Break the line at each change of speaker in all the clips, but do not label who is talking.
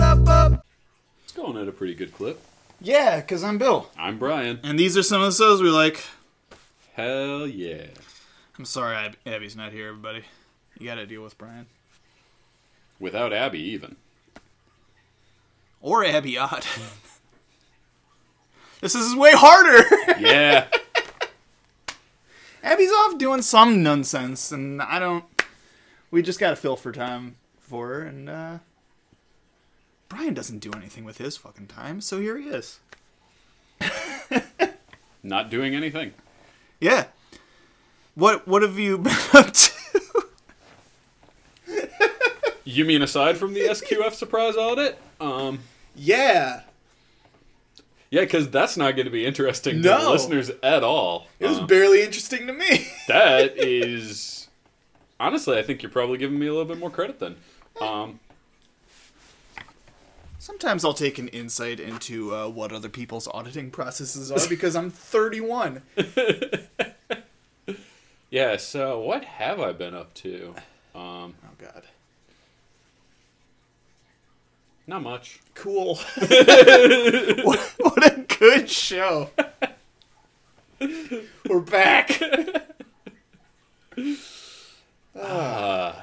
It's going at a pretty good clip.
Yeah, because I'm Bill.
I'm Brian.
And these are some of the shows we like.
Hell yeah.
I'm sorry Ab- Abby's not here, everybody. You gotta deal with Brian.
Without Abby, even.
Or Abby Odd. this is way harder!
Yeah.
Abby's off doing some nonsense, and I don't. We just gotta fill for time for her, and, uh. Brian doesn't do anything with his fucking time, so here he is.
Not doing anything.
Yeah. What what have you been up to?
You mean aside from the SQF surprise audit? Um,
Yeah.
yeah, because that's not going to be interesting to
No.
the listeners at all. Um,
barely interesting to me.
that is honestly i think you're probably giving me a little bit more credit then um
Sometimes I'll take an insight into uh, what other people's auditing processes are because I'm 31.
yeah so what have i been up to um
Oh God.
not much
Cool. what, what a good show. We're back.
uh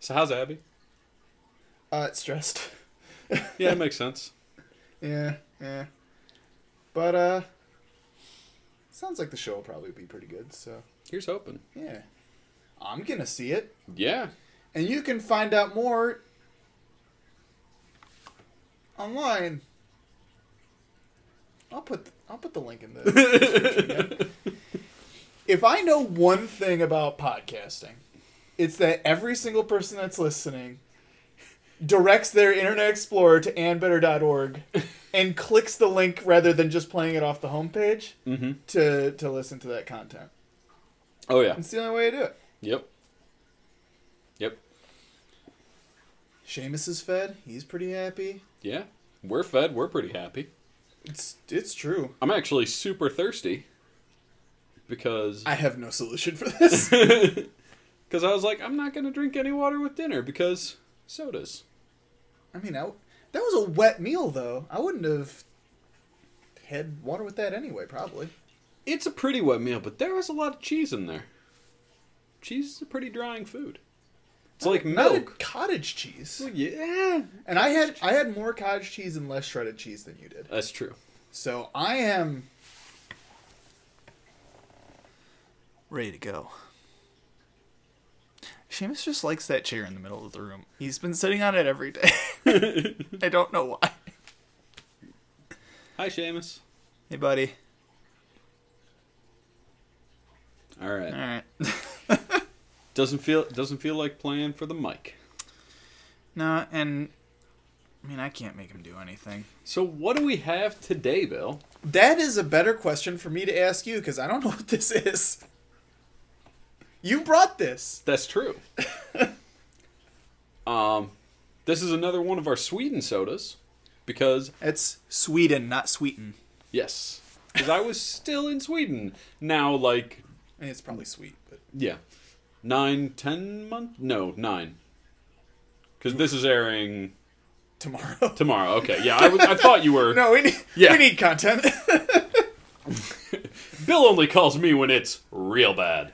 so how's abby
Uh, it's stressed.
yeah it makes sense
Yeah, yeah. But uh, sounds like the show will probably be pretty good. So
here's hoping
yeah, I'm gonna see it.
yeah
And you can find out more online. I'll put I'll put the link in the description again.
Oh,
If I know one thing about podcasting, it's that every single person that's listening directs their Internet Explorer to anbetter.org and clicks the link rather than just playing it off the homepage to to listen to that content.
oh yeah
It's the only way to do it.
yep yep
Seamus is fed. He's pretty happy.
yeah we're fed we're pretty happy
It's it's true.
i'm actually super thirsty because
I have no solution for this.
because i was like i'm not gonna drink any water with dinner because sodas
I mean, I, that was a wet meal though. I wouldn't have had water with that anyway, probably.
It's a pretty wet meal, but there was a lot of cheese in there. Cheese is a pretty drying food. It's like
Not a
milk.
cottage cheese.
Yeah,
And I had I had more cottage cheese and less shredded cheese than you did.
that's true.
So I am ready to go. Seamus just likes that chair in the middle of the room. He's been sitting on it every day. I don't know why.
Hi, Seamus.
Hey, buddy.
All right.
All right.
Doesn't feel doesn't feel like playing for the mic.
No, and I mean I can't make him do anything.
So what do we have today, Bill?
That is a better question for me to ask you because I don't know what this is. You brought this.
That's true. um, this is another one of our Sweden sodas, because
It's Sweden, not Sweden.
yes, because I was still in Sweden now, like
And it's probably sweet, but
Yeah. Nine, ten month? No, nine. Because this is airing
tomorrow.
tomorrow. Okay, yeah, I, was, I thought you were.
no, we need
Yeah.
we need content.
Bill only calls me when it's real bad.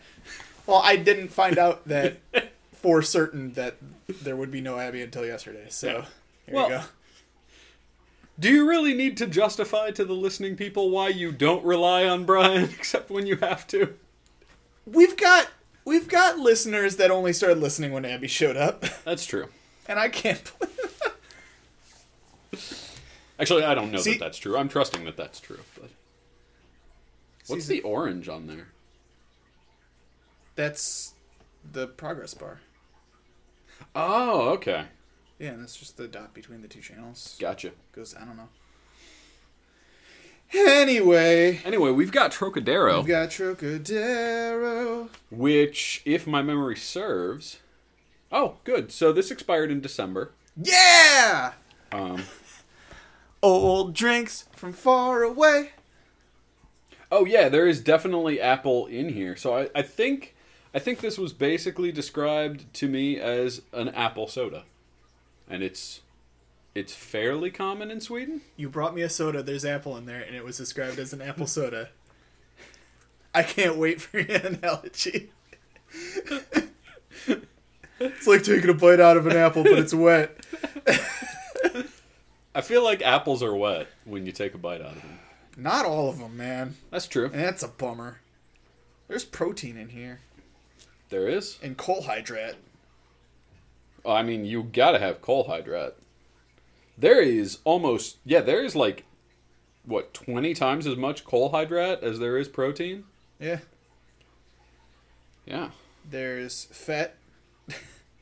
well, I didn't find out that for certain that there would be no Abby until yesterday. So
Yeah.
here
Well-
you go.
Do you really need to justify to the listening people why you don't rely on Brian except when you have to?
We've got we've got listeners that only started listening when Abby showed up,
That's true.
and I can't. believe
Actually, I don't know
See-
that that's true. I'm trusting that that's true. But what's the orange on there?
That's the progress bar.
Oh, okay,
Yeah, and that's just the dot between the two channels.
gotcha.
Goes, I don't know. Anyway,
Anyway, we've got Trocadero.
we got Trocadero.
which, if my memory serves, Oh, good. So this expired in December.
Yeah!
Um,
Old drinks from far away.
oh yeah, there is definitely apple in here. So I, I think I think this was basically described to me as an apple soda, and it's it's fairly common in Sweden.
You brought me a soda, there's apple in there, and it was described as an apple soda. I can't wait for your analogy. it's like taking a bite out of an apple, but it's wet.
I feel like apples are wet when you take a bite out of them.
Not all of them, man.
That's true.
And that's a bummer. There's protein in here,
There is.
and carbohydrate.
Oh, I mean, you gotta have hydrate. There is almost yeah, there is like what twenty times as much hydrate as there is protein.
Yeah.
Yeah,
There's fat,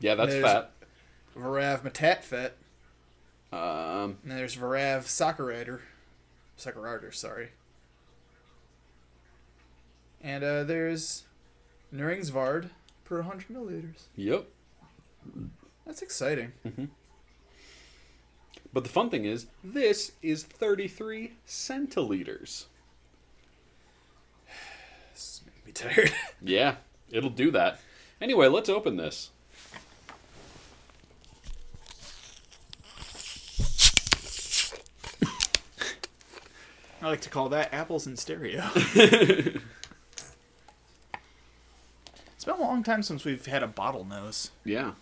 yeah, that's
There's- Varav Matat fat,
fat. Um,
and there's Varav Socceriter. Socceriter, sorry. And uh, there's Nuringsvard per 100 milliliters.
yep.
That's exciting.
But the fun thing is, this is thirty-three centiliters.
This is making me tired.
Yeah, it'll do that. Anyway, let's open this.
I like to call that apples in stereo. it's been a long time since we've had a bottle nose.
Yeah,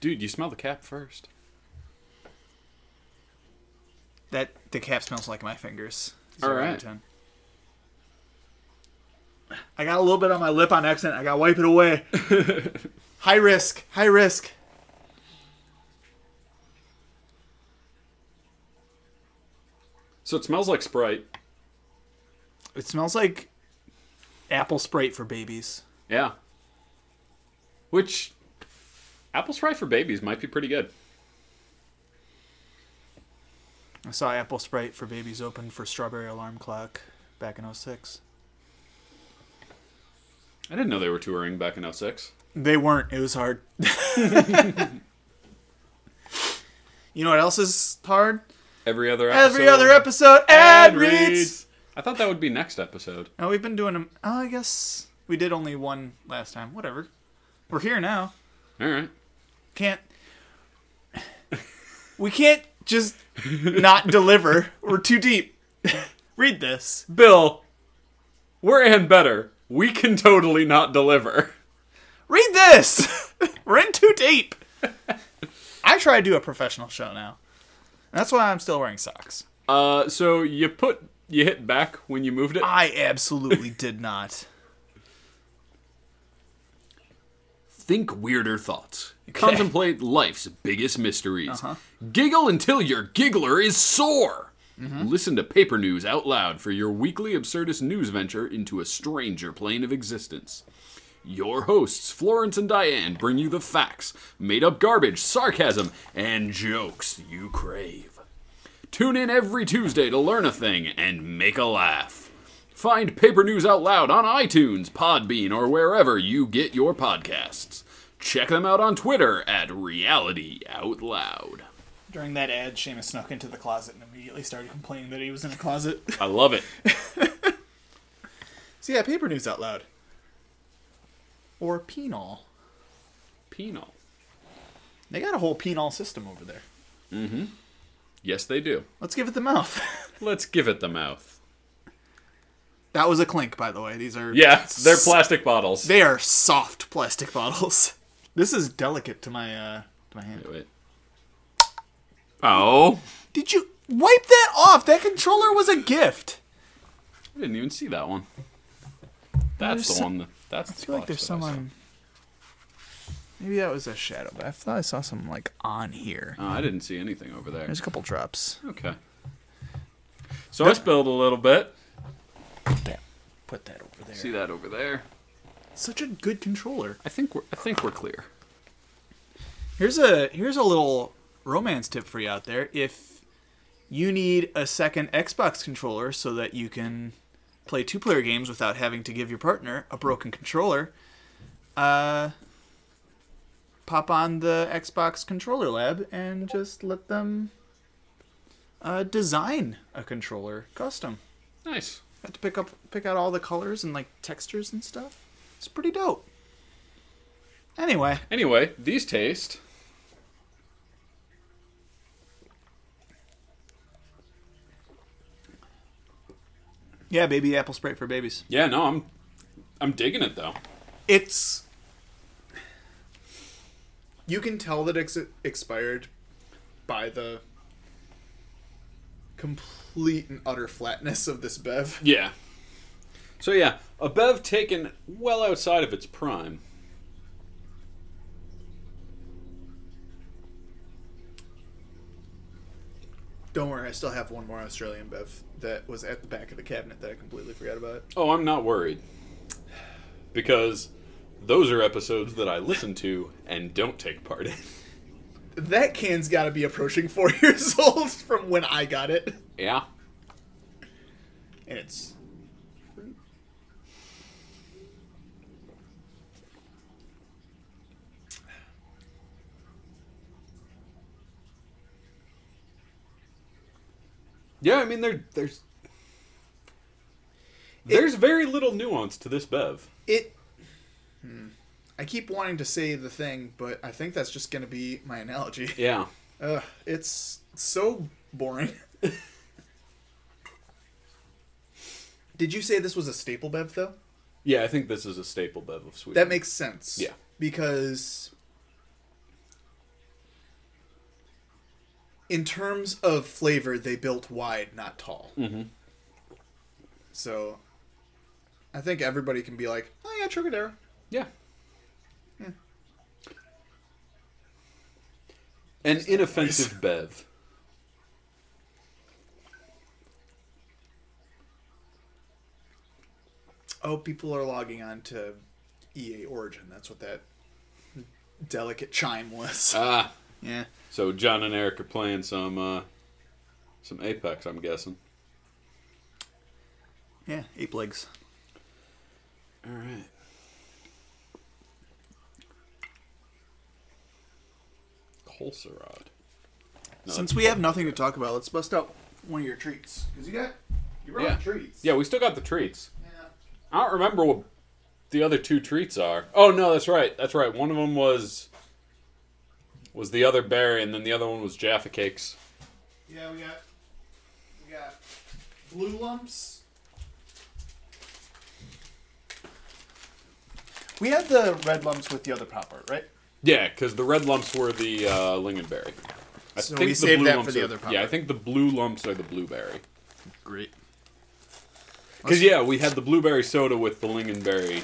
dude, you smell the cap first.
That the cap smells like my fingers.
All
Zero out of
right.
10. I got a little bit on my lip on accident. I got to wipe it away. high risk. High risk.
So it smells like Sprite.
It smells like apple sprite for babies.
Yeah. Which apple Sprite for babies might be pretty good.
I saw apple sprite for babies open for Strawberry Alarm Clock back in 06.
I didn't know they were touring back in 06.
They weren't. It was hard. you know what else is hard?
Every other episode.
Every other episode, ad reads.
I thought that would be next episode.
No, we've been doing them. Oh, I guess we did only one last time. Whatever. We're here now.
All right.
Can't. We can't just not deliver. We're too deep. Read this.
Bill, we're and better. We can totally not deliver.
Read this. We're in too deep. I try to do a professional show now. That's why I'm still wearing socks.
Uh, so you put you hit back when you moved it.
I absolutely did not.
Think weirder thoughts. Contemplate life's biggest mysteries. Giggle until your giggler is sore. Listen to paper news out loud for your weekly absurdist news venture into a stranger plane of existence. Your hosts, Florence and Diane, bring you the facts, made up garbage, sarcasm, and jokes you crave. Tune in every Tuesday to learn a thing and make a laugh. Find Paper News Out Loud on iTunes, Podbean, or wherever you get your podcasts. Check them out on Twitter at Reality Out Loud.
During that ad, Seamus snuck into the closet and immediately started complaining that he was in a closet.
I love it.
See that paper news out loud. Or penal.
Penal.
They got a whole penal system over there.
Yes, they do.
Let's give it the mouth.
Let's give it the mouth.
that was a clink, by the way. These are
Yeah, they're plastic bottles.
They are soft plastic bottles. This is delicate to my uh to my hand.
Wait. Oh.
Did you wipe that off? That controller was a gift.
I didn't even see that one. That's
There's
the
some-
one. That, that's
I feel like there's someone. Maybe that was a shadow, but I thought I saw some like on here.
Oh, I didn't see anything over there.
There's a couple drops.
Okay. So I spilled a little bit.
Put that, put that over there.
See that over there?
Such a good controller.
I think we're I think we're clear.
Here's a here's a little romance tip for you out there. If you need a second Xbox controller so that you can play two player games without having to give your partner a broken controller, uh, pop on the Xbox controller lab and just let them uh, design a controller custom.
Nice.
Had to pick up pick out all the colors and like textures and stuff. It's pretty dope. Anyway,
Anyway, these taste.
yeah, baby apple sprite for babies.
Yeah, no, I'm I'm digging it though.
It's you can tell that it's expired by the complete and utter flatness of this bev.
Yeah. So yeah, a bev taken well outside of its prime.
Don't worry, I still have one more Australian bev that was at the back of the cabinet that I completely forgot about.
Oh, I'm not worried. Because those are episodes that I listen to and don't take part in.
That can's got to be approaching four years old from when I got it,
Yeah.
and it's
Yeah, I mean there there's there's very little nuance to this bev.
it. Hmm. I keep wanting to say the thing, but I think that's just going to be my analogy.
Yeah.
Ugh, it's so boring. Did you say this was a staple bev though?
Yeah, I think this is a staple bev of Sweden.
That makes sense.
Yeah.
Because in terms of flavor, they built wide, not tall. Mm-hmm. So I think everybody can be like, oh yeah, Trocadero.
Yeah. An inoffensive bev.
Oh, people are logging on to EA Origin. That's what that delicate chime was.
Ah.
yeah.
So John and Eric are playing some uh some Apex, I'm guessing.
Yeah, ape legs.
All right. Colcerod. No,
Since we have nothing to talk about, let's bust out one of your treats. Because you got, you brought
Yeah.
treats.
Yeah, we still got the treats.
Yeah.
I don't remember what the other two treats are. Oh no, that's right. That's right. One of them was was the other berry, and then the other one was Jaffa cakes.
Yeah, we got we got blue lumps. We had the red lumps with the other pop art, right?
Yeah, because the red lumps were the uh, lingonberry. I
So we saved that for the
are,
other
Yeah, I
popper.
think the blue lumps are the blueberry.
Great.
Because yeah, we had the blueberry soda with the lingonberry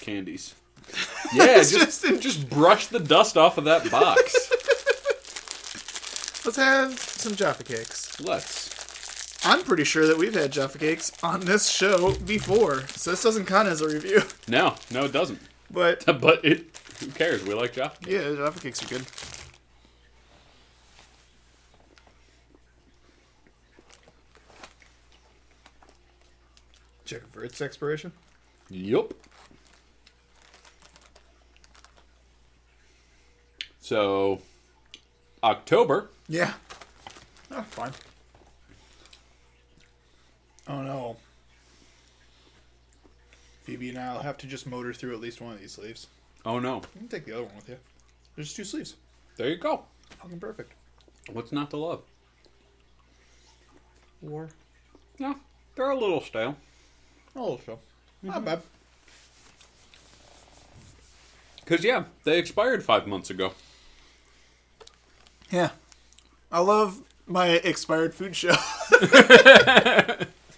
candies. Yeah,
It's
just, just
just-
brush the dust off of that box.
Let's have some Jaffa cakes.
Let's.
I'm pretty sure that we've had Jaffa cakes on this show before, so this doesn't count as a review.
No, no, it doesn't.
But
But it. Who cares? We like Jaffa. Cakes.
yeah, Jaffa cakes are good. Checking for its expiration.
Yup. So, October.
Yeah. Oh, fine. Oh no. Phoebe and I'll have to just motor through at least one of these sleeves.
Oh no.
You can take the other one with you. There's two sleeves.
There you go.
Fucking perfect.
What's not to love?
War.
No, they're a little stale.
Oh, so. Not bad.
Cause yeah, they expired five months ago.
Yeah. I love my expired food show.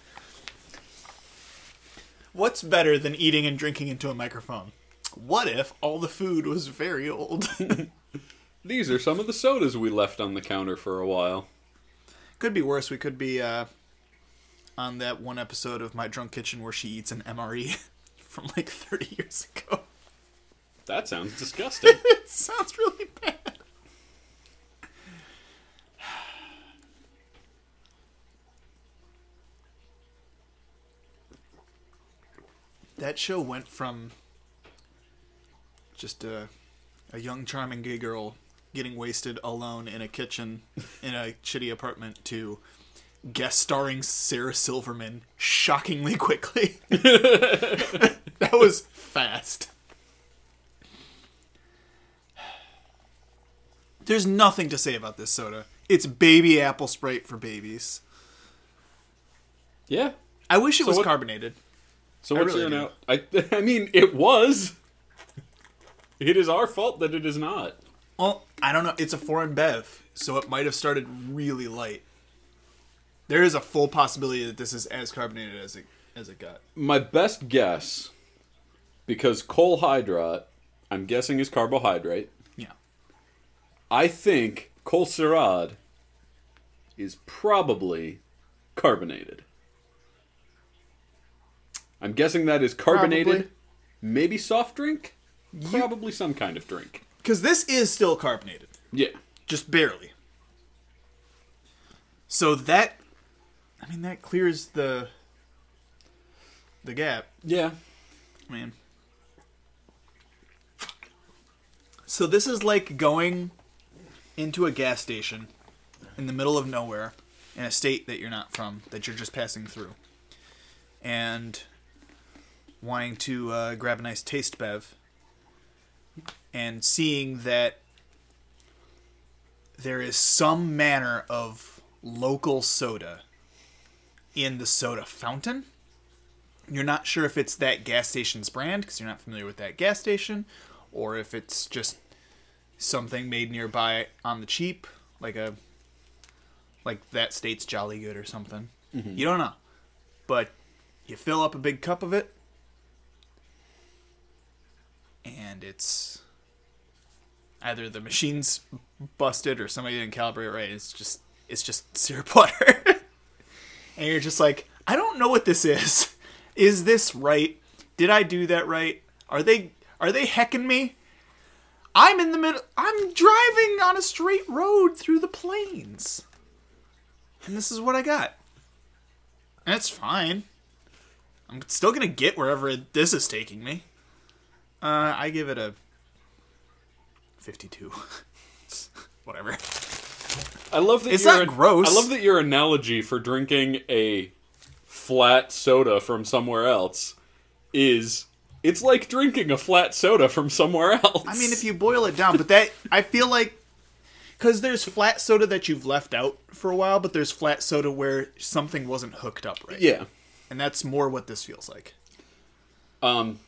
What's better than eating and drinking into a microphone? What if all the food was very old?
These are some of the sodas we left on the counter for a while.
Could be worse. We could be uh, on that one episode of My Drunk Kitchen where she eats an MRE from like 30 years ago.
That sounds disgusting.
It sounds really bad. That show went from Just uh, a young, charming gay girl getting wasted alone in a kitchen in a shitty apartment to guest starring Sarah Silverman shockingly quickly. that was fast. There's nothing to say about this soda. It's baby apple sprite for babies.
Yeah.
I wish it was
what-
carbonated.
So
I
what's your
really do.
now? I I mean, it was. It is our fault that it is not.
Well, I don't know. It's a foreign bev, so it might have started really light. There is a full possibility that this is as carbonated as it as it got.
My best guess, because coal hydrate, I'm guessing is carbohydrate.
Yeah.
I think Col Sirad is probably carbonated. I'm guessing that is carbonated,
Probably.
maybe soft drink, probably some kind of drink.
Cuz this is still carbonated,
Yeah.
just barely. So that I mean that clears the the gap,
Yeah.
man. So this is like going into a gas station in the middle of nowhere in a state that you're not from, that you're just passing through, and wanting to uh, grab a nice taste bev, and seeing that there is some manner of local soda in the soda fountain. You're not sure if it's that gas station's brand because you're not familiar with that gas station, or if it's just something made nearby on the cheap, like a like that state's Jolly Good or something. You don't know, but you fill up a big cup of it, and it's either the machine's busted or somebody didn't calibrate it right. It's just it's just syrup water, and you're just like, I don't know what this is. Is this right? Did I do that right? Are they are they hecking me? I'm in the middle. I'm driving on a straight road through the plains. And this is what I got. And it's fine. I'm still going to get wherever this is taking me. Uh, I give it a 52. Whatever.
I love that
It's
your-
not gross.
I love that your analogy for drinking a flat soda from somewhere else is it's like drinking a flat soda from somewhere else.
I mean, if you boil it down, but that I feel like because there's flat soda that you've left out for a while, but there's flat soda where something wasn't hooked up right.
yeah.
and that's more what this feels like.
Um,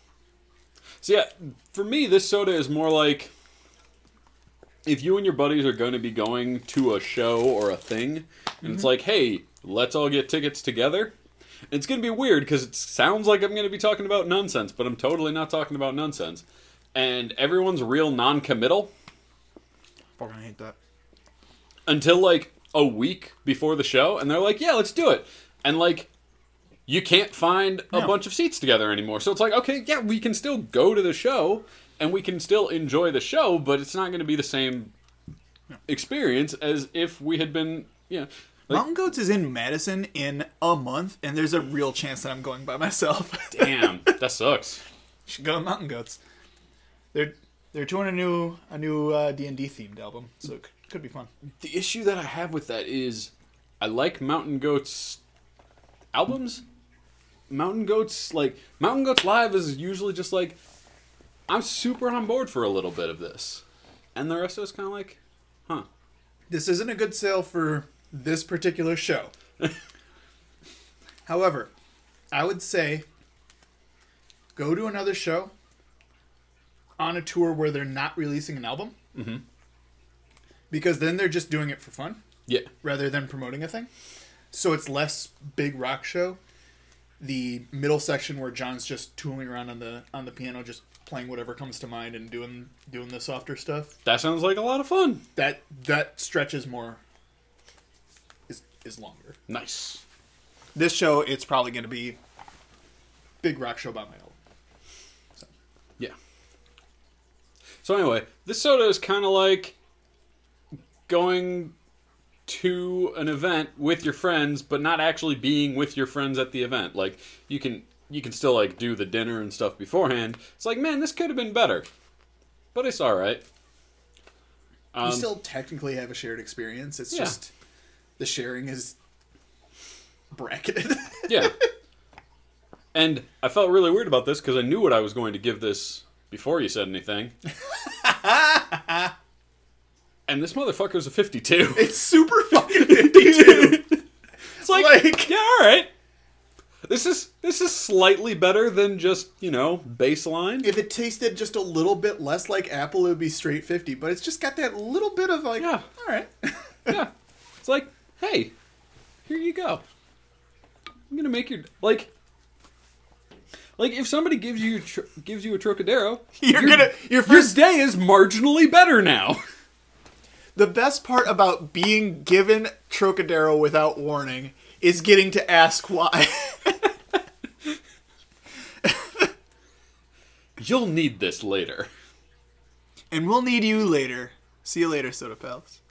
so yeah, for me, this soda is more like if you and your buddies are going to be going to a show or a thing, and
Mm-hmm.
it's like, hey, let's all get tickets together. It's going to be weird because it sounds like I'm going to be talking about nonsense, but I'm totally not talking about nonsense. And everyone's real non-committal
Fucking hate that.
until like a week before the show, and they're like, "Yeah, let's do it," and like you can't find a
No.
bunch of seats together anymore. So it's like, okay, yeah, we can still go to the show and we can still enjoy the show, but it's not going to be the same experience as if we had been, you know. Like,
Mountain Goats is in Madison in a month, and there's a real chance that I'm going by myself.
damn, that sucks.
Should go to Mountain Goats. They're they're doing a new a new uh, D and D themed album, so it c- could be fun.
The issue that I have with that is I like Mountain Goats albums. Mountain Goats like Mountain Goats live is usually just like I'm super on board for a little bit of this. And the rest of it's kind of like, huh.
This isn't a good sale for this particular show. However, I would say go to another show on a tour where they're not releasing an album, mm-hmm. because then they're just doing it for fun.
Yeah.
rather than promoting a thing. So it's less big rock show. The middle section where John's just tooling around on the on the piano, just playing whatever comes to mind and doing doing the softer stuff.
That sounds like a lot of fun.
That that stretches more. Is is longer.
Nice.
This show, it's probably going to be big rock show by my own.
Yeah. So anyway, this soda is kind of like going to an event with your friends, but not actually being with your friends at the event. Like you can you can still like do the dinner and stuff beforehand. It's like, man, this could have been better. but it's all right.
You
Um,
still technically have a shared experience. It's
Yeah.
just the sharing is bracketed.
yeah. And I felt really weird about this because I knew what I was going to give this before you said anything. and this motherfucker's a 52.
it's super fucking 52.
It's like,
Like-
yeah, all right. This is this is slightly better than just you know baseline.
if it tasted just a little bit less like apple, it would be straight 50. But it's just got that little bit of like,
Yeah.
all right.
yeah, it's like, hey, here you go. I'm gonna make your like, like if somebody gives you tr- gives you a Trocadero,
You're gonna- your first-
day is marginally better now.
The best part about being given Trocadero without warning is getting to ask why.
You'll need this later.
and we'll need you later. See you later, Soda Pals.